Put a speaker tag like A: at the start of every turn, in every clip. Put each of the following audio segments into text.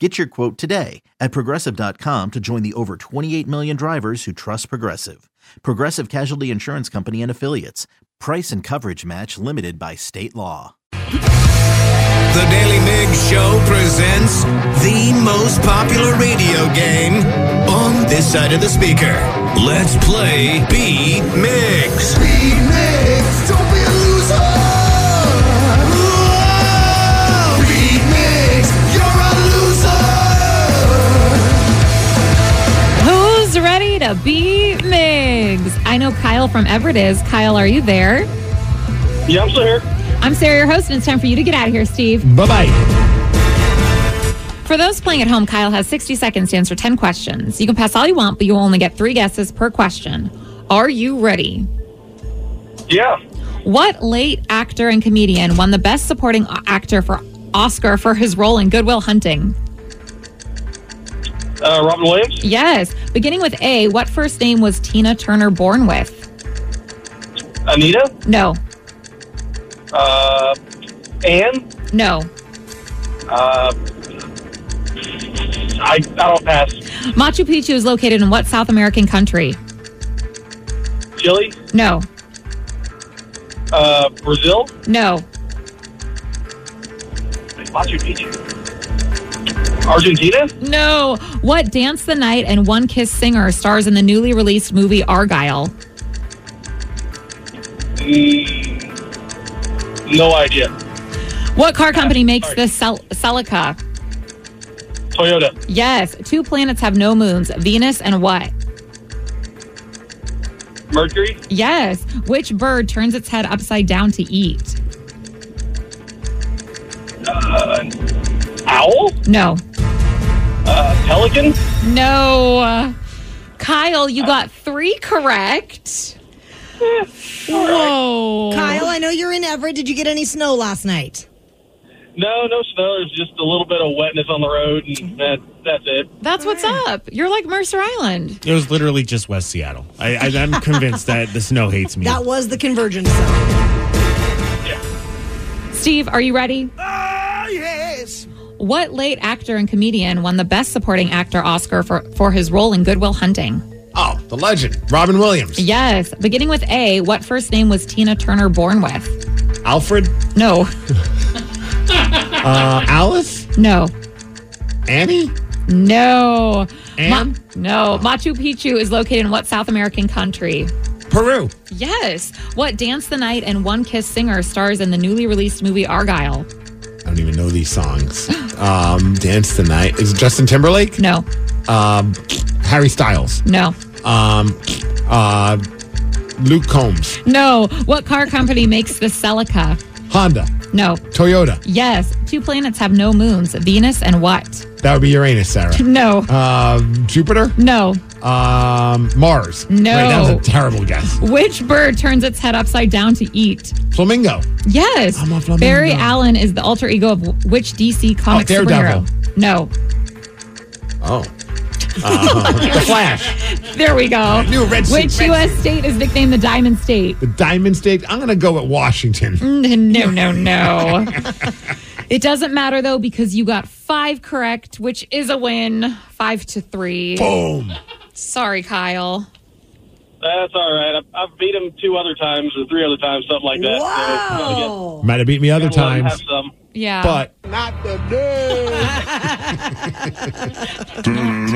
A: Get your quote today at progressive.com to join the over 28 million drivers who trust Progressive. Progressive Casualty Insurance Company and Affiliates. Price and coverage match limited by state law.
B: The Daily Mix Show presents the most popular radio game on this side of the speaker. Let's play B Mix. B Mix, don't be a loser. B Mix, you're a loser.
C: Who's ready to be Migs? I know Kyle from Everett is. Kyle, are you there?
D: Yeah, I'm still here.
C: I'm Sarah, your host, and it's time for you to get out of here, Steve.
D: Bye bye.
C: For those playing at home, Kyle has 60 seconds to answer 10 questions. You can pass all you want, but you will only get three guesses per question. Are you ready?
D: Yeah.
C: What late actor and comedian won the Best Supporting O- Actor for Oscar for his role in Goodwill Hunting?
D: Uh, Robin Williams,
C: Yes. Beginning with A, what first name was Tina Turner born with?
D: Anita,
C: No,
D: uh, Anne.
C: no.
D: Uh, I, I don't pass.
C: Machu Picchu is located in what South American country?
D: Chile,
C: No,
D: uh, Brazil,
C: no,
D: Machu Picchu, Argentina,
C: No. What Dance the Night and One Kiss singer stars in the newly released movie Argyle?
D: mm, no idea.
C: What car company makes
D: sorry.
C: the Cel- Celica?
D: Toyota,
C: Yes. Two planets have no moons Venus and what?
D: Mercury,
C: Yes. Which bird turns its head upside down to eat?
D: Owl,
C: No.
D: uh, Pelican.
C: No. Kyle, you got three correct. Whoa.
E: Kyle, I know you're in Everett. Did you get any snow last night?
D: No, no snow. There's just a little bit of wetness on the road, and that, that's it.
C: That's what's up. You're like Mercer Island.
F: It was literally just West Seattle. I, I, I'm convinced that the snow hates me.
E: That was the convergence. zone.
C: Steve, are you ready? Ah, yes. What late actor and comedian won the Best Supporting Actor Oscar for, for his role in Goodwill Hunting?
G: Oh, the legend, Robin Williams.
C: Yes. Beginning with A, what first name was Tina Turner born with?
G: Alfred,
C: No,
G: uh, Alice,
C: no,
G: Annie,
C: no. Ma-
G: Anne?
C: no. Machu Picchu is located in what South American country?
G: Peru.
C: Yes. What Dance the Night and One Kiss singer stars in the newly released movie Argyle?
G: I don't even know these songs. Um, Dance the Night. Is it Justin Timberlake?
C: No,
G: Um, Harry Styles.
C: no,
G: Um, uh, Luke Combs.
C: no. What car company makes the Celica?
G: Honda.
C: No.
G: Toyota.
C: Yes, two planets have no moons Venus and what?
G: That would be Uranus, Sarah.
C: No,
G: Um, Jupiter.
C: no.
G: Um, Mars.
C: No.
G: Wait, that was a terrible guess.
C: Which bird turns its head upside down to eat?
G: Flamingo.
C: Yes.
G: I'm a flamingo.
C: Barry Allen is the alter ego of which DC comic
G: Oh, Daredevil.
C: superhero? No.
G: Oh. Uh, the Flash.
C: There we go.
G: knew red suit,
C: which
G: red
C: U.S. state is nicknamed the Diamond State?
G: The Diamond State. I'm going to go with Washington.
C: Mm. No, no, no. it doesn't matter though because you got five correct, which is a win. Five to three.
G: Boom.
C: Sorry, Kyle.
D: That's all right. I, I've beat him two other times or three other times, something like that. So, gotta get-
E: Wow.
G: Might have beat me other
D: gotta let him
G: times.
D: Have some.
C: Yeah.
G: But
H: Not the dude.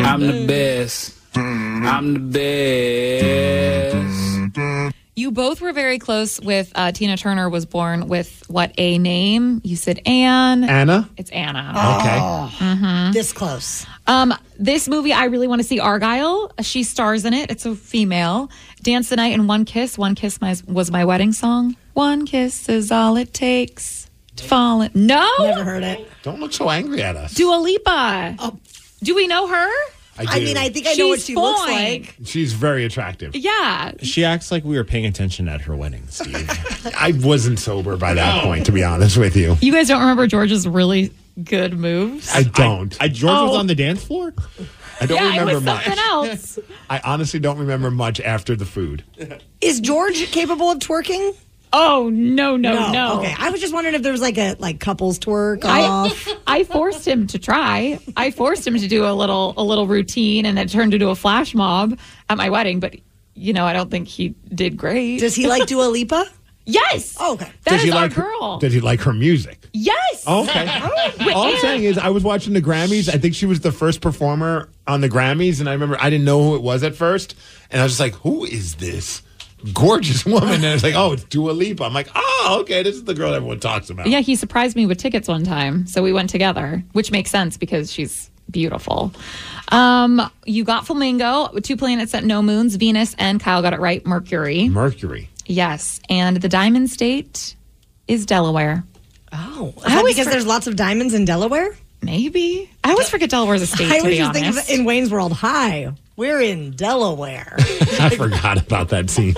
I: I'm the best. I'm the best.
C: You both were very close with uh, Tina Turner was born with what a name? You said Anne.
H: Anna.
C: It's Anna.
G: Oh,
H: Okay.
E: This close.
C: Um, this movie I really want to see Argyle. She stars in it. It's a female. Dance the night in one kiss. One kiss my, was my wedding song. One kiss is all it takes to fall in. No,
E: Never Oh. heard it.
H: Don't look so angry at us.
C: Dua Lipa. Do we know her?
H: I, do.
E: I mean, I think I know what
C: She's
E: she looks
C: fine.
E: like.
H: she's very attractive.
C: Yeah,
G: she acts like we were paying attention at her wedding, Steve.
H: I wasn't sober by that point, to be honest with you.
C: you guys don't remember George's really good moves.
H: I don't.
G: I George
C: Oh.
G: was on the dance floor.
H: I don't
C: yeah,
H: remember
C: it was
H: much.
C: something else.
H: I honestly don't remember much after the food.
E: Is George capable of twerking?
C: Oh no, no, no.
E: Okay. I was just wondering if there was like a like couples twerk
C: I,
E: off.
C: I forced him to try. I forced him to do a little a little routine, and it turned into a flash mob at my wedding. But you know, I don't think he did great.
E: Does he like Dua Lipa?
C: yes.
E: Oh, okay.
C: That is
H: he
C: our
H: like
C: girl.
H: Her, Oh. did he like her music?
C: yes.
H: Okay. All I'm saying is, I was watching the Grammys. I think she was the first performer on the Grammys, and I remember I didn't know who it was at first, and I was just like, "Who is this gorgeous woman?" And it's like, "Oh, it's Dua Lipa." I'm like, "Oh, okay, this is the girl everyone talks about."
C: Yeah, he surprised me with tickets one time, so we went together, which makes sense because she's beautiful. Um, you got Flamingo, two planets at no moons, Venus, and Kyle got it right, Mercury.
H: Mercury.
C: Yes, and the Diamond State is Delaware.
E: Oh, is
C: I
E: that
C: always
E: because
C: for-
E: there's lots of diamonds in Delaware.
C: Maybe. I always forget Delaware's a state,
E: I
C: to
E: was
C: be
E: just
C: honest.
E: thinking of in Wayne's World. Hi, we're in Delaware.
H: I forgot about that scene.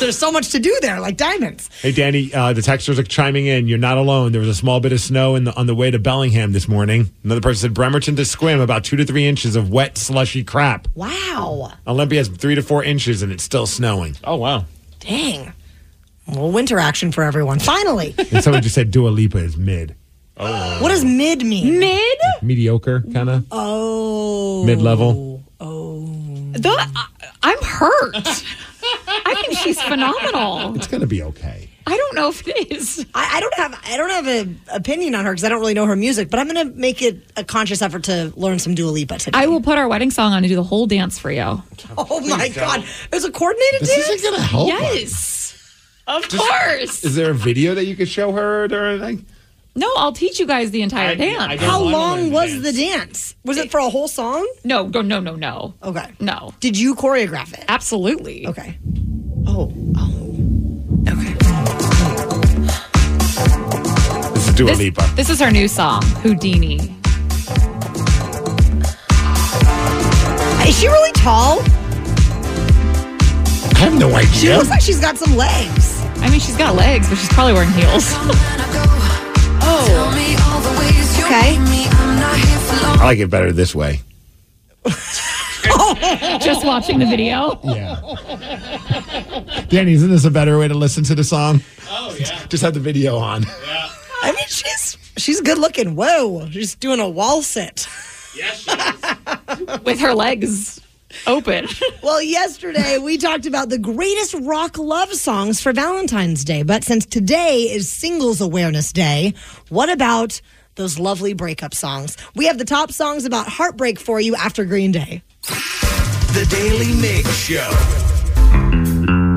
E: there's so much to do there, like diamonds.
H: Hey, Danny, uh, the texters are chiming in. You're not alone. There was a small bit of snow in the, on the way to Bellingham this morning. Another person said Bremerton to Squim, about two to three inches of wet, slushy crap.
E: Wow.
H: Olympia has three to four inches, and it's still snowing.
G: Oh wow.
E: Dang. Well, winter action for everyone. Finally.
H: And someone just said Dua Lipa is mid.
E: what does mid mean?
C: Mid?
H: Mediocre, kind of.
E: Oh.
H: Mid level.
C: The, I, I'm hurt. I think she's phenomenal.
H: It's going to be okay.
C: I don't know if it is.
E: I, I don't have I don't have an opinion on her because I don't really know her music, but I'm going to make it a conscious effort to learn some Dua Lipa today.
C: I will put our wedding song on and do the whole dance for you.
E: oh my god, it was a coordinated
H: This
E: dance.
H: isn't going to help. her.
C: Yes. Of course.
H: Is there a video that you could show her or anything?
C: no, I'll teach you guys the entire dance.
G: I don't
E: How
G: wanna
E: long
G: learn
E: was
G: dance.
E: the dance? Was it for a whole song?
C: no, no, no, no, no.
E: Okay.
C: No.
E: Did you choreograph it?
C: Absolutely.
E: Okay. Oh.
H: This is Dua
C: This,
H: Lipa.
C: this is her new song, Houdini.
E: Is she really tall?
H: I have no
E: She
H: idea.
E: looks like she's got some legs.
C: I mean, she's got legs, but she's probably wearing heels.
E: Oh. Okay.
H: I like it better this way.
C: Just watching the video.
H: Yeah. Danny, isn't this a better way to listen to the song?
G: Oh yeah.
H: Just have the video on.
G: Yeah.
E: I mean, she's she's good looking. Whoa, she's doing a wall sit.
G: Yes, she is.
C: with her legs open.
E: Well, yesterday we talked about the greatest rock love songs for Valentine's Day, but since today is Singles Awareness Day, what about those lovely breakup songs? We have the top songs about heartbreak for you after Green Day.
B: The Daily Mix Show.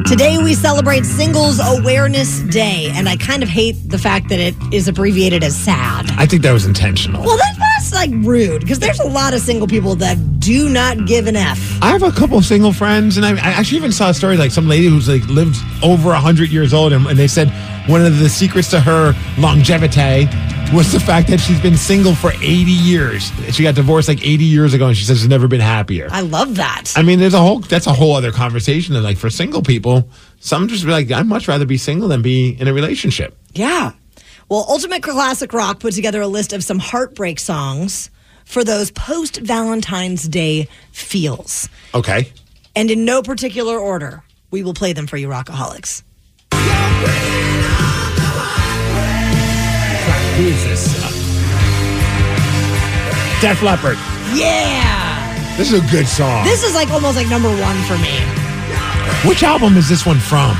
E: Today we celebrate Singles Awareness Day, and I kind of hate the fact that it is abbreviated as SAD.
H: I think that was intentional.
E: Well, that's, that's like rude because there's a lot of single people that do not give an F.
H: I have a couple of single friends, and I, I actually even saw a story like some lady who's like lived over hundred years old, and, and they said one of the secrets to her longevity was the fact that she's been single for eighty years. She got divorced like eighty years ago, and she says she's never been happier.
E: I love that.
H: I mean, there's a whole that's a whole other conversation. And like for single people, some just be like, I'd much rather be single than be in a relationship.
E: Yeah. Well, Ultimate Classic Rock put together a list of some heartbreak songs for those post Valentine's Day feels.
H: Okay,
E: And in no particular order, we will play them for you, Rockaholics.
H: who is this? Def Leppard.
E: Yeah.
H: This is a good song.
E: This is like almost like number one for me.
H: Which album is this one from?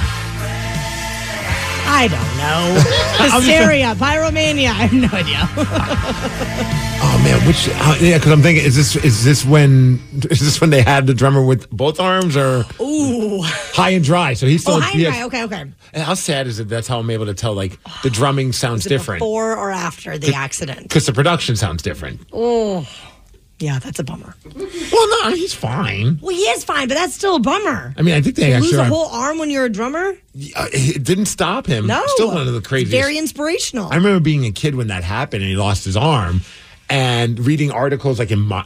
E: I I don't know.
G: I'm just-
E: Hysteria, pyromania. I have no idea.
G: Oh man, which uh, yeah? Because I'm thinking, is this is this when is this when they had the drummer with both arms or
E: Ooh.
G: high and dry? So he's still
E: Oh, hi,
G: yes.
E: Ryan. Okay, okay.
G: And how sad is it? That's how I'm able to tell. Like the drumming sounds different
E: Before or after the accident?
G: because the production sounds different. Well,
E: Yeah, that's a bummer.
G: no, I mean, he's fine.
E: Well, he is fine, but that's still a bummer.
G: I mean, I think they
E: Lose
G: actually
E: a
G: are-
E: whole arm when you're a drummer?
G: uh, it didn't stop him.
E: No.
G: still one of the craziest.
E: Very inspirational.
G: I remember being a kid when that happened and he lost his arm and reading articles like in Mo-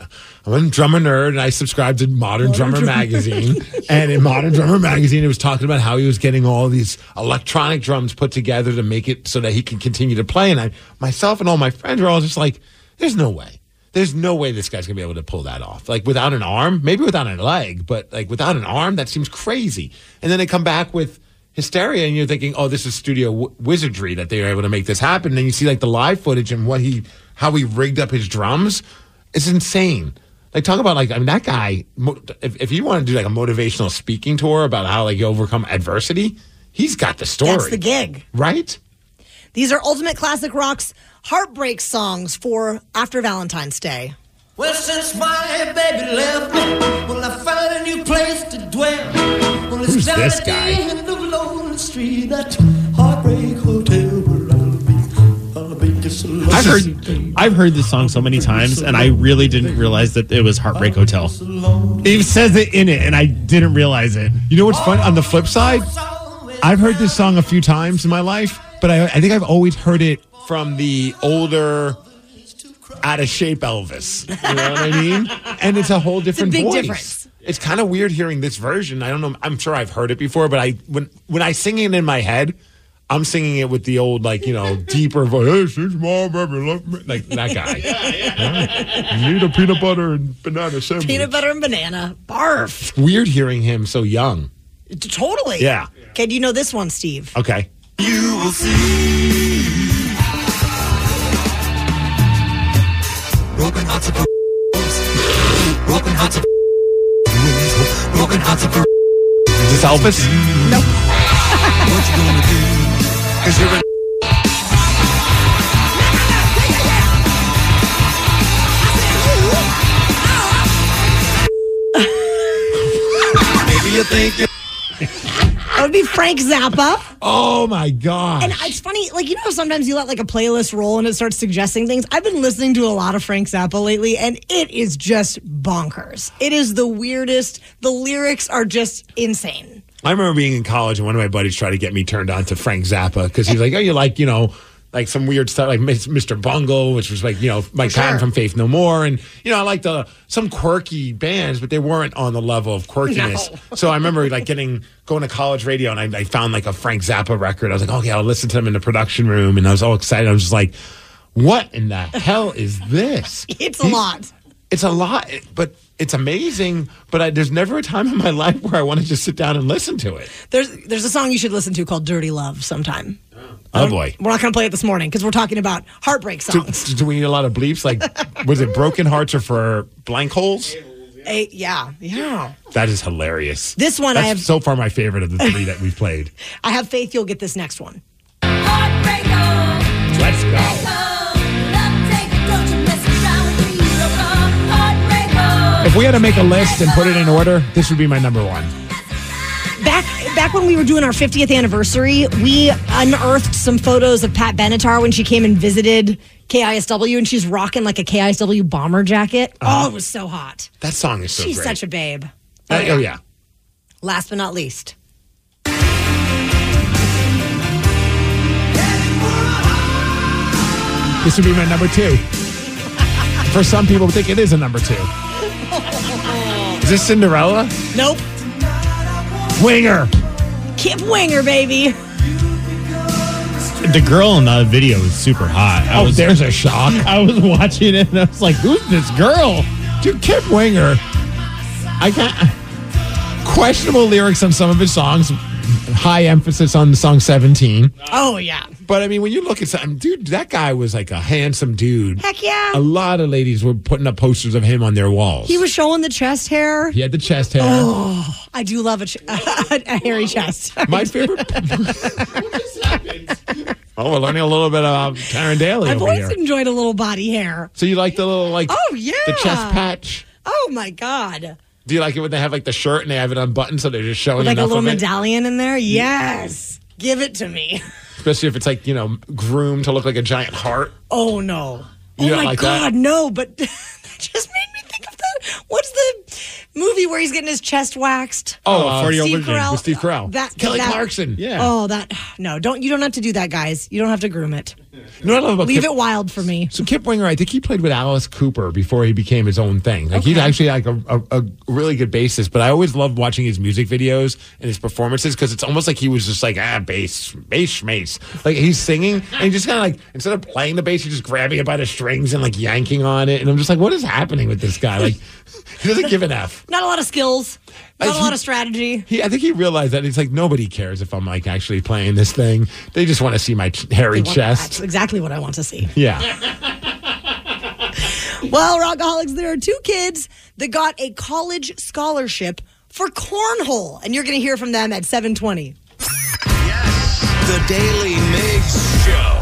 G: I'm a drummer nerd and I subscribed to Modern, Drummer, magazine and in Modern Drummer magazine it was talking about how he was getting all these electronic drums put together to make it so that he can continue to play and I myself and all my friends were all just like there's no way there's no way this guy's gonna be able to pull that off. Like without an arm, maybe without a leg, but like without an arm, that seems crazy. And then they come back with hysteria, and you're thinking, oh, this is studio w- wizardry that they were able to make this happen. And then you see like the live footage and what he, how he rigged up his drums. It's insane. Like talk about like I mean that guy. mo- If if you want to do like a motivational speaking tour about how like you overcome adversity, he's got the story.
E: That's the gig.
G: right?
E: These are Ultimate Classic Rock's heartbreak songs for after Valentine's Day.
B: Well, since my baby left me, well, I found a new place to dwell. Well, it's
F: Who's
B: down
F: this
B: at
F: guy?
B: the end of Lonely Street, that heartbreak hotel where I'll be. I'll be just alone.
F: I've heard, I've heard this song so many times, and I really didn't realize that it was Heartbreak Hotel. It even says it in it, and I didn't realize it.
G: You know what's fun? On the flip side, I've heard this song a few times in my life, but I, I think I've always heard it from the older, out of shape Elvis. You know what I mean? And it's a whole different
E: big
G: voice.
E: difference.
G: It's kind of weird hearing this version. I don't know. I'm sure I've heard it before, but I when when I sing it in my head, I'm singing it with the old like you know deeper voice. Hey, since my baby left me," like that guy. You need a peanut butter and banana sandwich.
E: Peanut butter and banana. Barf.
G: It's weird hearing him so young.
E: T- Totally.
G: Yeah.
E: Okay, do you know this one, Steve?
G: Okay.
B: You will see. Broken hearts of Broken hearts of Broken hearts of
G: Is this Elvis?
B: What you gonna do? Cause you're a Maybe you think you're
E: That would be Frank Zappa.
G: Oh my gosh.
E: And it's funny, like, you know, how sometimes you let like a playlist roll and it starts suggesting things. I've been listening to a lot of Frank Zappa lately, and it is just bonkers. It is the weirdest. The lyrics are just insane.
G: I remember being in college and one of my buddies tried to get me turned on to Frank Zappa because he's like, oh, you like, you know, like some weird stuff like Mis- Mr. Bungle, which was like, you know, Mike
E: sure.
G: Patton from Faith No More. And, you know, I liked the, some quirky bands, but they weren't on the level of quirkiness. so I remember like getting, going to college radio and I, I found like a Frank Zappa record. I was like, okay, I'll listen to them in the production room. And I was all excited. I was just like, what in the hell is this?
E: It's a lot.
G: It's a lot, but it's amazing. But I, there's never a time in my life where I want to just sit down and listen to it.
E: There's there's a song you should listen to called "Dirty Love" sometime.
G: Oh boy.
E: We're not going to play it this morning because we're talking about heartbreak
G: Do,
E: songs.
G: do we need a lot of bleeps? Like, was it broken hearts or for blank holes?
E: Eh, yeah, yeah.
G: That is hilarious.
E: This one I
G: That's
E: have-
G: so far my favorite of the three that we've played.
E: I have faith you'll get this next one.
G: Let's go. If we had to make a list and put it in order, this would be my number one.
E: Back back when we were doing our 50th anniversary, we unearthed some photos of Pat Benatar when she came and visited KISW, and she's rocking like a KISW bomber jacket. Oh, it was so hot.
G: That song is Uh-huh. so
E: She's
G: great.
E: such a babe.
G: Uh, oh yeah.
E: Last but not least,
G: This would be my number two. For some people, think it is a number two. Is this Cinderella?
E: nope,
G: Winger.
E: Kip Winger, baby.
F: The girl in the video is super hot. I
G: Oh,
F: was,
G: there's a shock.
F: I was watching it, and I was like, "Who's this girl?"
G: Dude, Kip Winger, I got questionable lyrics on some of his songs, high emphasis on the song 17.
E: Oh yeah,
G: But I mean, when you look at something, dude, that guy was like a handsome dude.
E: heck yeah.
G: A lot of ladies were putting up posters of him on their walls.
E: He was Oh. showing the chest hair.
G: He had the chest hair.
E: I do love a, ch- a hairy chest.
G: My favorite. Oh, we're learning a little bit about Taryn Daly
E: I've
G: over
E: always
G: here.
E: enjoyed a little body hair.
G: So you like the little like
E: Oh, yeah.
G: the chest patch?
E: Oh my god.
G: Do you like it when they have like the shirt and they have it unbuttoned so they're just showing
E: With like a
G: enough
E: little
G: of it?
E: medallion in there? Yes. Give it to me.
G: Especially if it's like, you know, groomed to look like a giant heart.
E: Oh no.
G: You
E: oh
G: don't
E: my
G: like that?
E: god, no, but that just made me think of that. What's the movie where he's getting his chest waxed?
G: Oh,
F: uh, 40
E: Steve
F: Virgin with
E: Carell.
G: Steve Carell.
E: That-
G: Kelly
E: that-
G: Clarkson.
F: Yeah.
E: Oh, that no! Don't you don't have to do that, guys. You don't have to groom it.
G: You know what I love about
E: Leave
G: Kip-
E: it wild for me.
G: So Kip Winger, I think he played with Alice Cooper before he became his own thing. Like he's actually like a, a, a really good bassist. But I always loved watching his music videos and his performances because it's almost like he was just like ah bass bass schmace. Like he's singing and he just kind of like instead of playing the bass, he's just grabbing it by the strings and like yanking on it. And I'm just like, what is happening with this guy? Like he doesn't give an f.
E: Not a lot of skills. Not
G: Uh,
E: a
G: he-
E: lot of strategy.
G: He, I think he realized that it's like nobody cares if I'm like actually playing this thing. They just want to see my ch- hairy
E: That's
G: chest.
E: exactly what I want to see.
G: Yeah.
E: Well, Rockaholics, there are two kids that got a college scholarship for cornhole, and you're going to hear from them at 720.
B: The Daily Mix Show.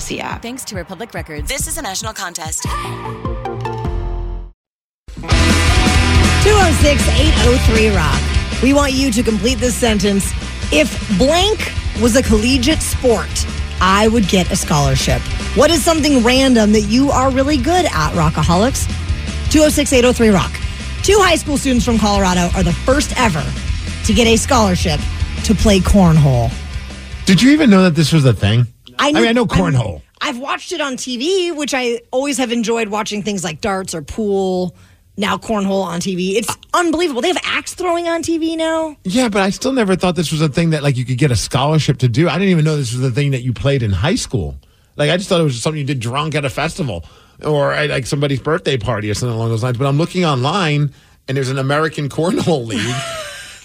J: app.
H: Thanks to Republic Records. This is a national contest.
E: 206 803 Rock. We want you to complete this sentence. If blank was a collegiate sport, I would get a scholarship. What is something random that you are really good at, Rockaholics? 206 803 Rock. Two high school students from Colorado are the first ever to get a scholarship to play cornhole.
G: Did you even know that this was a thing? I mean, I know
E: I'm-
G: cornhole.
E: I've watched it on TV, which I always have enjoyed watching things like darts or pool. Now cornhole on TV. It's unbelievable. They have axe throwing on TV now.
G: Yeah, but I still never thought this was a thing that like you could get a scholarship to do. I didn't even know this was a thing that you played in high school. Like I just thought it was something you did drunk at a festival or at like somebody's birthday party or something along those lines. But I'm looking online and there's an American Cornhole League,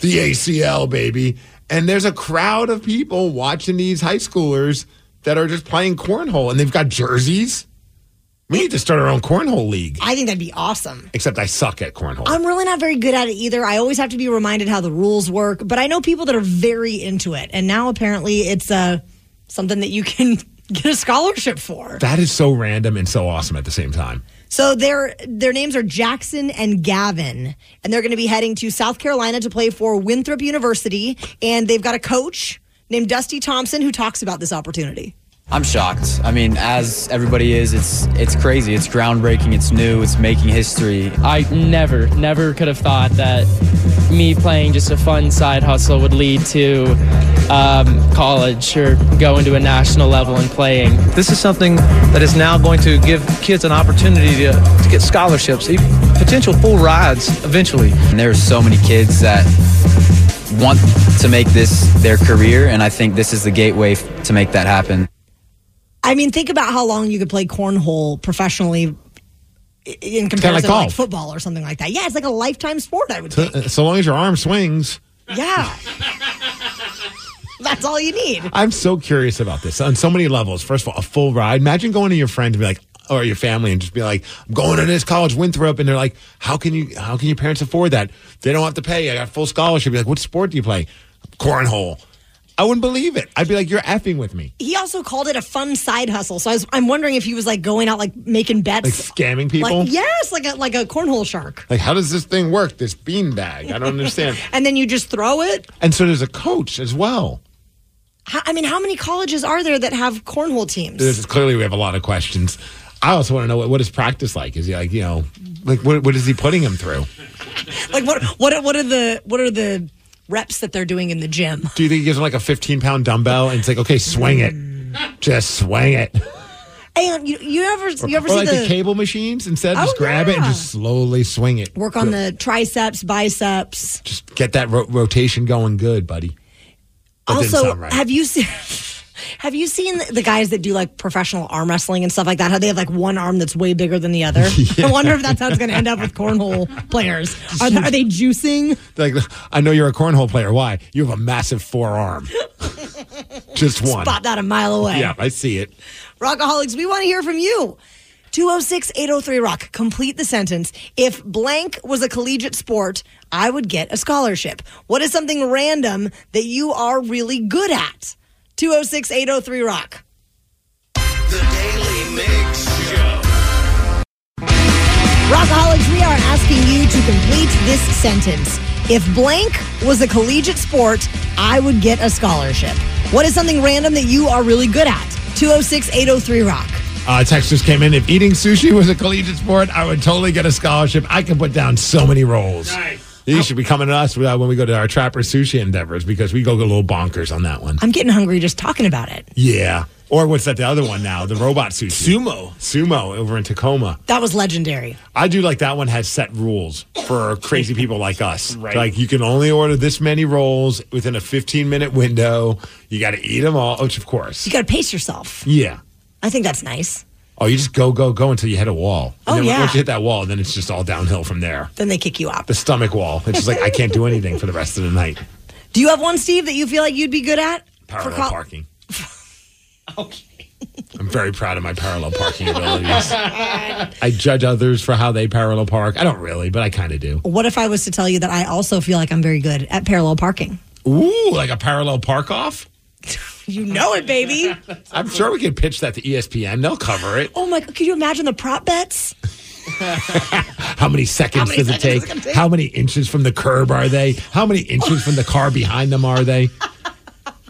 G: the ACL baby, and there's a crowd of people watching these high schoolers that are just playing cornhole and they've got jerseys. We need to start our own cornhole league.
E: I think that'd be awesome.
G: Except I suck at cornhole.
E: I'm really not very good at it either. I always have to be reminded how the rules work, but I know people that are very into it. And now apparently it's uh, something that you can get a scholarship for.
G: that is so random and so awesome at the same time.
E: So their their names are Jackson and Gavin, and they're going to be heading to South Carolina to play for Winthrop University, and they've got a coach named Dusty Thompson who talks about this opportunity.
K: I'm shocked. I mean, as everybody is, it's it's crazy. It's groundbreaking. It's new. It's making history. I never, never could have thought that me playing just a fun side hustle would lead to um, college or going to a national level and playing. This is something that is now going to give kids an opportunity to, to get scholarships, even potential full rides eventually. And there are so many kids that want to make this their career, and I think this is the gateway f- to make that happen.
E: I mean, think about how long you could play cornhole professionally i- in comparison
G: like
E: to like
G: golf.
E: football or
G: Uh,
E: something like that. Yeah, it's like a lifetime sport. I would think.
G: So long as your arm swings.
E: yeah. That's all you need.
G: I'm so curious about this on so many levels. First of all, a full ride. Imagine going to your friend to be like, or your family and just be like, I'm going to this college, Winthrop. And they're like, how can you, how can your parents afford that? They don't have to pay. I got full scholarship. Be like, what sport do you play? Cornhole. I wouldn't believe it. I'd be like, you're effing with me.
E: He also called it a fun side hustle. So I was, I'm wondering if he was like going out like making
G: Like
E: bets.
G: scamming people.
E: Like, yes, like a like a cornhole shark.
G: Like, how does this thing work? This beanbag. I don't understand.
E: and then you just throw it.
G: and so there's a coach as well.
E: How, I mean, how many colleges are there that have cornhole teams?
G: This is clearly we have a lot of questions. I also want to know what, what is practice like? Is he like, you know, like what, what is he putting him through?
E: Like what what are- what are the what are the reps that they're doing in the gym?
G: Do you think he gives him like a 15 pound dumbbell and it's like, okay, swing it. Just swing it.
E: And you you ever you ever
G: or
E: see
G: like the,
E: the,
G: cable machines instead?
E: Oh,
G: just grab it and
E: yeah.
G: just slowly swing it.
E: work on
G: Good.
E: the triceps, biceps?
G: Just get that ro- rotation going good, buddy. That didn't
E: also,
G: sound right.
E: have you seen? Have you seen the guys that do like professional arm wrestling and stuff like that? How they have like one arm that's way bigger than the other. I wonder if that's how it's going to end up with cornhole players. Are, are they juicing?
G: Like, I know you're a cornhole player. Why? You have a massive forearm. just one.
E: Spot that a mile away.
G: Yeah, I see it.
E: Rockaholics, we want to hear from you. 206 803 Rock. Complete the sentence. If blank was a collegiate sport, I would get a scholarship. What is something random that you are really good at? 206 803 Rock. Rockaholics, we are asking you to complete this sentence. If blank was a collegiate sport, I would get a scholarship. What is something random that you are really good at? 206 803 Rock.
G: Uh, text just came in. If eating sushi was a collegiate sport, I would totally get a scholarship. I can put down so many rolls. You should be coming to us uh, when we go to our Trapper Sushi endeavors because we go a little bonkers on that one.
E: I'm getting hungry just talking about it.
G: Yeah. Or what's that? The other one now, the robot sushi. Sumo. Sumo over in Tacoma.
E: That was legendary.
G: I do like that one has set rules for crazy people like us. Right. Like you can only order this many rolls within a 15 minute window. You got to eat them all, which of course.
E: You got to pace yourself.
G: Yeah.
E: I think that's nice.
G: Oh, you just go, go, go until you hit a wall. And
E: Oh,
G: then
E: yeah.
G: Once you hit that wall, then it's just all downhill from there.
E: Then they kick you out.
G: The stomach wall. It's just like, I can't do anything for the rest of the night.
E: Do you have one, Steve, that you feel like you'd be good at?
G: Parallel
E: col-
G: parking. okay. I'm very proud of my parallel parking abilities. I judge others for how they parallel park. I don't really, but I kind of do.
E: What if I was to tell you that I also feel like I'm very good at parallel parking?
G: Ooh, like a parallel park off?
E: You know it, baby.
G: I'm sure we could pitch that to E ESPN. They'll cover it.
E: Oh my! Could you imagine the prop bets?
G: How many seconds
E: many
G: does it
E: seconds
G: take?
E: does it gonna take?
G: How many inches from the curb are they? How many inches from the car behind them are they?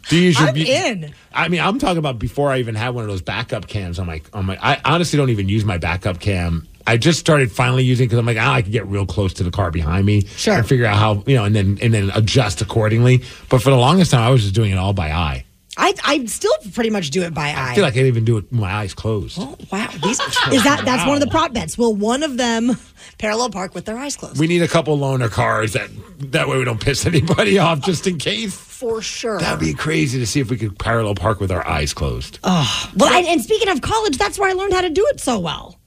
G: Do you use your
E: I'm
G: be-
E: in.
G: I mean, I'm talking about before I even had one of those backup cams on my on my. I honestly don't even use my backup cam. I just started finally using because I'm like, ah, I can get real close to the car behind me, sure, and figure out how you know, and then and then adjust accordingly. But for the longest time, I was just doing it all by eye.
E: I I still pretty much do it by eye.
G: I feel like I didn't even do it with my eyes closed.
E: wow, these, is that that's one of the prop bets? Will one of them parallel park with their eyes closed?
G: We need a couple loaner cars that that way we don't piss anybody off, just in case.
E: For sure.
G: That'd be crazy to see if we could parallel park with our eyes closed.
E: Oh, well, and, and speaking of college, that's where I learned how to do it so well.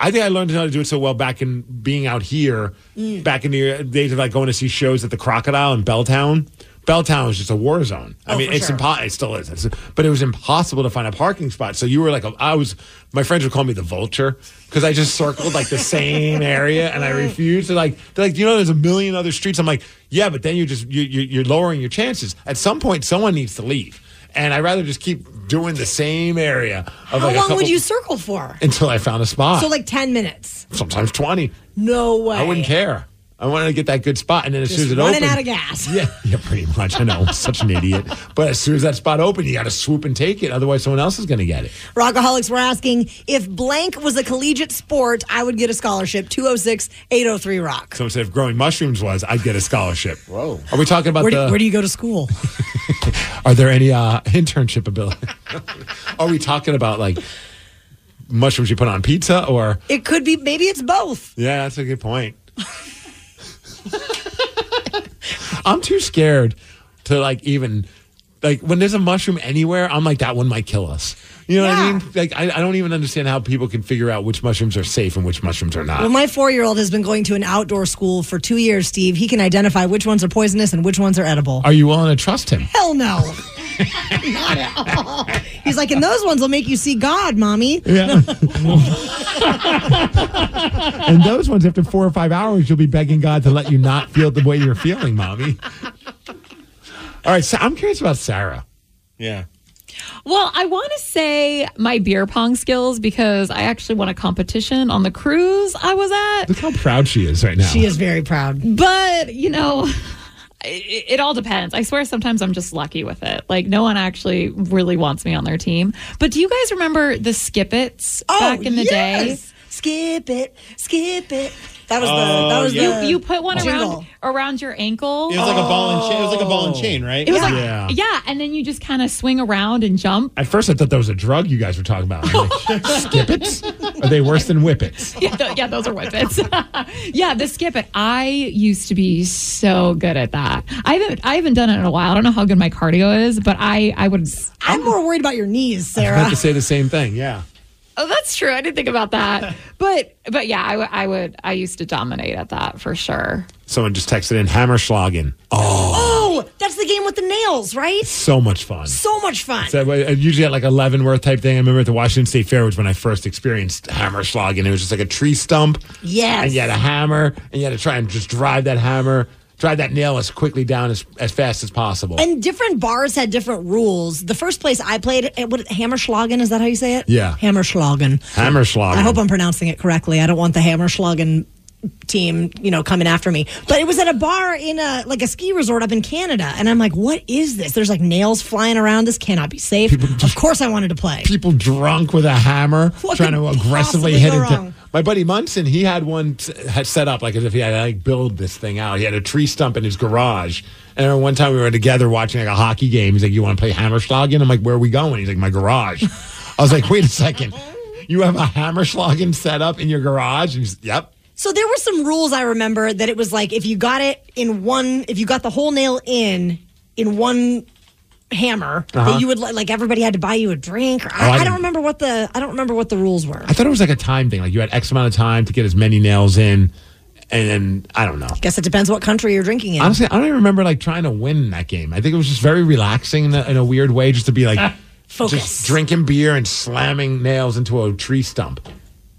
G: I think I learned how to do it so well back in being out here,
E: Mm.
G: back in the days of like going to see shows at the Crocodile in Belltown. Belltown was just a war zone. I
L: Oh,
G: mean,
L: for
G: it's
L: sure.
G: impossible. It still is, It's- but it was impossible to find a parking spot. So you were like, a, I was. My friends would call me the vulture because I just circled like the same area, and I refused to like. They're like, you know, there's a million other streets. I'm like, yeah, but then you're just you, you, you're lowering your chances. At some point, someone needs to leave, and I'd rather just keep doing the same area. Of
E: How
G: like a
E: long would
G: couple-
E: you circle for?
G: until I found a spot?
E: So like ten minutes.
G: sometimes 20.
E: No way.
G: I wouldn't care. I wanted to get that good spot. And then as
E: Just
G: soon as it
E: running
G: opened.
E: out of gas.
G: Yeah, yeah, pretty much. I know. I'm such an idiot. But as soon as that spot opened, you got to swoop and take it. Otherwise, someone else is going to get it.
E: Rockaholics were asking if blank was a collegiate sport, I would get a scholarship. 206 803 Rock.
G: Someone said if growing mushrooms was, I'd get a scholarship. Whoa. Are we talking about
E: Where do,
G: the.
E: where do you go to school?
G: are there any uh, internship ability? are we talking about like mushrooms you put on pizza or.
E: It could be, maybe it's both.
G: Yeah, that's a good point. I'm too scared to like even like when there's a mushroom anywhere. I'm like that one might kill us. You know what I mean? Like, I, I don't even understand how people can figure out which mushrooms are safe and which mushrooms are not.
E: Well, my four year old has been going to an outdoor school for two years, Steve. He can identify which ones are poisonous and which ones are edible.
G: are you willing to trust him?
E: Hell no. Not at all. He's like, and those ones will make you see God, mommy.
G: Yeah. and those ones, after four or five hours, you'll be begging God to let you not feel the way you're feeling, mommy. All right, so I'm curious about Sarah. Yeah.
C: Well, I want to say my beer pong skills because I actually won a competition on the cruise I was at.
G: Look how proud she is right now.
E: She is very proud.
C: But, you know, it, it all depends. I swear sometimes I'm just lucky with it. Like, no one actually really wants me on their team. But do you guys remember the Skip Its
H: Oh,
C: back in the day?
E: yes. Skip it, skip it. That was the that was the
C: you, you put one
E: jingle.
C: around around your ankle.
F: It was like a ball and chain. It was like a ball and chain, right?
C: It was like yeah. and then you just kind of swing around and jump.
G: At first, I thought that was a drug you guys were talking about. I'm like, skip it? Are they worse than whippets?
C: yeah, th- yeah, those are whippets. yeah, the skip it. I used to be so good at that. I haven't I haven't done it in a while. I don't know how good my cardio is, but I I would.
E: I'm more worried about your knees,
G: I
E: Sarah.
G: had to say the same thing. Yeah.
C: Oh, that's true. I didn't think about that. But but yeah, I, w- I would. I used to dominate at that for sure.
G: Someone just texted in Hammerschlagen. Oh,
E: Oh, that's the game with the nails, right?
G: so much fun.
E: So much fun.
G: So I- I usually at like a Leavenworth type thing. I remember at the Washington State Fair was when I first experienced Hammerschlagen. It was just like a tree stump.
E: Yes.
G: And you had a hammer, and you had to try and just drive that hammer, drive that nail as quickly down as, as fast as possible.
E: And different bars had different rules. The first place I played it, it- what Hammerschlagen is that how you say it?
G: Yeah.
E: Hammerschlagen.
G: Hammerschlagen.
E: I hope I'm pronouncing it correctly. I don't want the Hammerschlagen team, you know, coming after me. But it was at a bar in a like a ski resort up in Canada, and I'm like, what is this? There's like nails flying around. This cannot be safe. of course, I wanted to play.
G: people drunk with a hammer
E: What
G: trying
E: could
G: to aggressively
E: possibly
G: hit
E: go
G: it.
E: wrong?
G: My buddy Munson, he had one s- had set up like as if he had to like build this thing out. He had a tree stump in his garage. And I remember one time we were together watching like a hockey game. He's like, "You want to play Hammerschlagen?" I'm like, "Where are we going?" He's like, "My garage." I was like, "Wait a second, you have a Hammerschlagen set up in your garage?" And he's, "Yep."
E: So there were some rules I remember that it was like if you got it in one, if you got the whole nail in in one hammer,
G: Uh-huh.
E: that you would let- like everybody had to buy you a drink. Or,
G: Oh, I
E: I, I
G: didn't-
E: don't remember what the I don't remember what the rules were.
G: I thought it was like a time thing. Like you had X amount of time to get as many nails in, and then I don't know.
E: Guess it depends what country you're drinking in.
G: Honestly, I don't even remember like trying to win that game. I think it was just very relaxing in a, in a weird way, just to be like
E: Focus.
G: just drinking beer and slamming nails into a tree sump.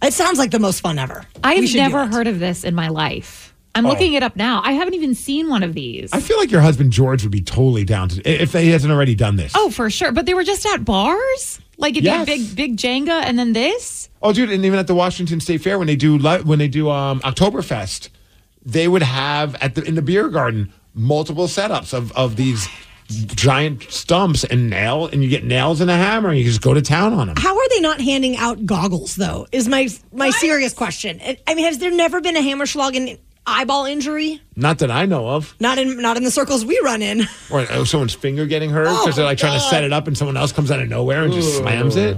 E: it sounds like the most fun ever.
C: I
E: We
C: have
E: should do Oh.
C: never
E: it.
C: heard of this in my life. I'm looking it up now. I haven't even seen one of these.
G: I feel like your husband George would be totally down to if he hasn't already done this.
C: oh, for sure. But they were just at bars. Like it'd be
G: Yes.
C: big big Jenga and then this.
G: Oh, dude, and even at the Washington State Fair when they do li- when they do um, Oktoberfest, they would have at the in the beer garden multiple setups of of these giant stumps and nail, and you get nails and a hammer, and you just go to town on them.
E: How are they not handing out goggles though? Is my my serious question. I- I mean, has there never been a hammerschlagen eyeball injury?
G: Not that I know of.
E: Not in not in the circles we run in.
G: Or oh, someone's finger getting hurt because
E: Oh,
G: they're like trying to set it up and someone else comes out of nowhere and just slams it.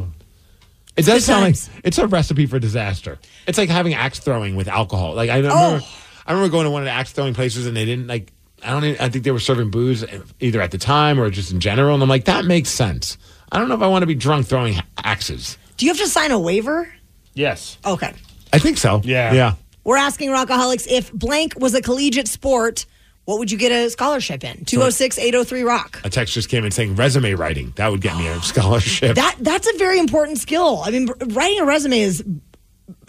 G: It does sound like it's a recipe for disaster. It's like having axe throwing with alcohol. Like I
E: Oh.
G: remember, I remember going to one of the axe throwing places and they didn't like. I don't. Even, I think they were serving booze either at the time or just in general. And I'm like, that makes sense. I don't know if I want to be drunk throwing axes.
E: Do you have to sign a waiver?
F: Yes.
E: Okay.
G: I think so. Yeah. Yeah.
E: We're asking Rockaholics if blank was a collegiate sport, what would you get a scholarship in? 206 803 Rock.
G: A text just came in saying resume writing. That would get me a scholarship.
E: That that's a very important skill. I mean, writing a resume is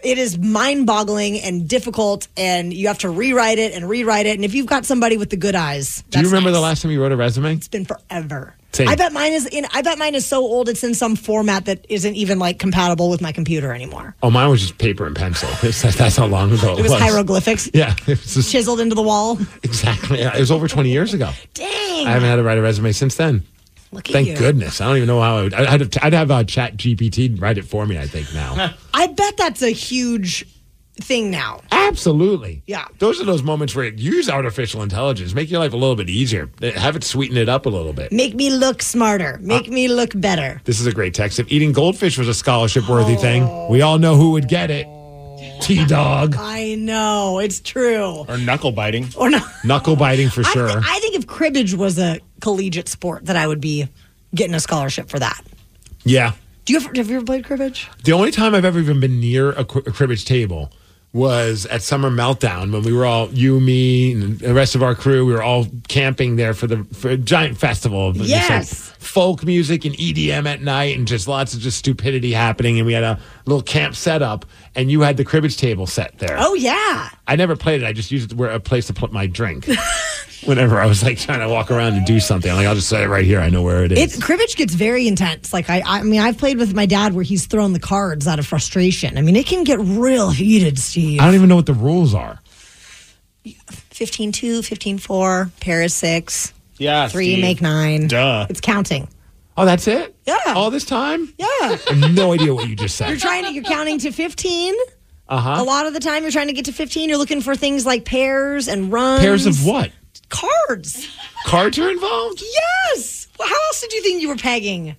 E: it is mind-boggling and difficult and you have to rewrite it and rewrite it and if you've got somebody with the good eyes,
G: Do you
E: that's
G: remember
E: nice.
G: the last time you wrote a resume?
E: it's been forever.
G: Same.
E: I bet mine is in I bet mine is so old it's in some format that isn't even like compatible with my computer anymore.
G: Oh, mine was just paper and pencil. That's how long ago it,
E: It was hieroglyphics
G: Yeah, it was just-
E: chiseled into the wall.
G: exactly. It was over 20 years ago.
E: Dang.
G: I haven't had to write a resume since then.
E: Look at
G: Thank
E: you.
G: goodness. I don't even know how I would. I'd have, I'd have a chat GPT write it for me, I think, now.
E: I bet that's a huge thing now.
G: Absolutely.
E: Yeah.
G: Those are those moments where you use artificial intelligence, make your life a little bit easier, eh, have it sweeten it up a little bit.
E: Make me look smarter. Make
G: Uh,
E: me look better.
G: This is a great text. If eating goldfish was a scholarship worthy thing, we all know who would get it. T Dog.
E: I know it's true.
F: Or knuckle biting.
E: Or not?
G: Knuckle biting Uh, for
E: I,
G: sure.
E: thi- I think if cribbage was a collegiate sport, that I would be getting a scholarship for that.
G: yeah.
E: Do you ever have you ever played cribbage?
G: The only time I've ever even been near a, cri- a cribbage table was at Summer Meltdown when we were all you, me, and the rest of our crew. We were all camping there for the for a giant festival of just, like,
L: Yes.
G: folk music and EDM at night, and just lots of just stupidity happening. And we had a little camp setup, and you had the cribbage table set there.
E: Oh yeah.
G: I never played it. I just used it where a place to put my drink. Whenever I was like trying to walk around and do something, I'm like I'll just set it right here. I know where it is.
E: It cribbage gets very intense. Like I, I mean, I've played with my dad where he's thrown the cards out of frustration. I mean, it can get real heated, Steve.
G: I don't even know what the rules are.
E: 15-2, 15-4, pair is six.
G: Yeah,
E: Three
G: Ah, Steve.
E: make nine.
G: Duh.
E: It's counting.
G: Oh, that's it.
E: Yeah.
G: All this time.
E: Yeah. I
G: have no idea what you just said.
E: You're trying to. You're counting to fifteen.
G: Uh
E: A
G: huh.
E: lot of the time, you're trying to get to fifteen. You're looking for things like pairs and runs.
G: Pairs of what?
E: Cards.
G: Cards are involved.
E: Yes. Well, how else did you think you were pegging?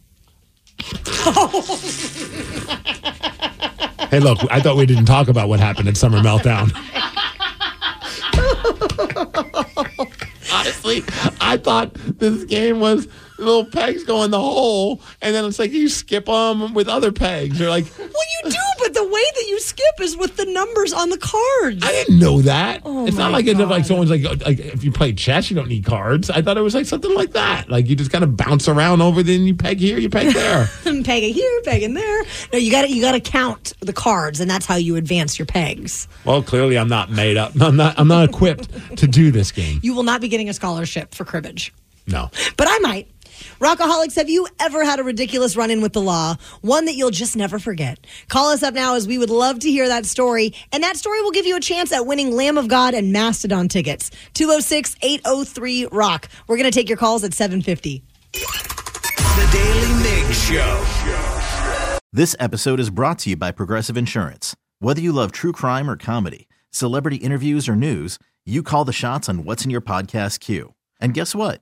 G: Hey, look, I thought we didn't talk about what happened at Summer Meltdown. Honestly, I thought this game was little pegs go in the hole, and then it's like you skip them with other pegs. Or like,
E: well, you do, but the way that you skip is with the numbers on the cards.
G: I didn't know that.
E: Oh,
G: it's not
E: my
G: like it's like someone's like like if you play chess, you don't need cards. I thought it was like something like that. Like you just kind of bounce around over, then you peg here, you peg there.
E: I'm pegging here, pegging there. No, you got to you got to count the cards, and that's how you advance your pegs.
G: well, clearly I'm not made up. I'm not. I'm not equipped to do this game.
E: You will not be getting a scholarship for cribbage,
G: No.
E: but I might. Rockaholics, have you ever had a ridiculous run in with the law? One that you'll just never forget. Call us up now as we would love to hear that story. And that story will give you a chance at winning Lamb of God and Mastodon tickets. 206 803 Rock. We're going to take your calls at 750.
B: The Daily Mix Show.
A: This episode is brought to you by Progressive Insurance. Whether you love true crime or comedy, celebrity interviews or news, you call the shots on what's in your podcast queue. And guess what?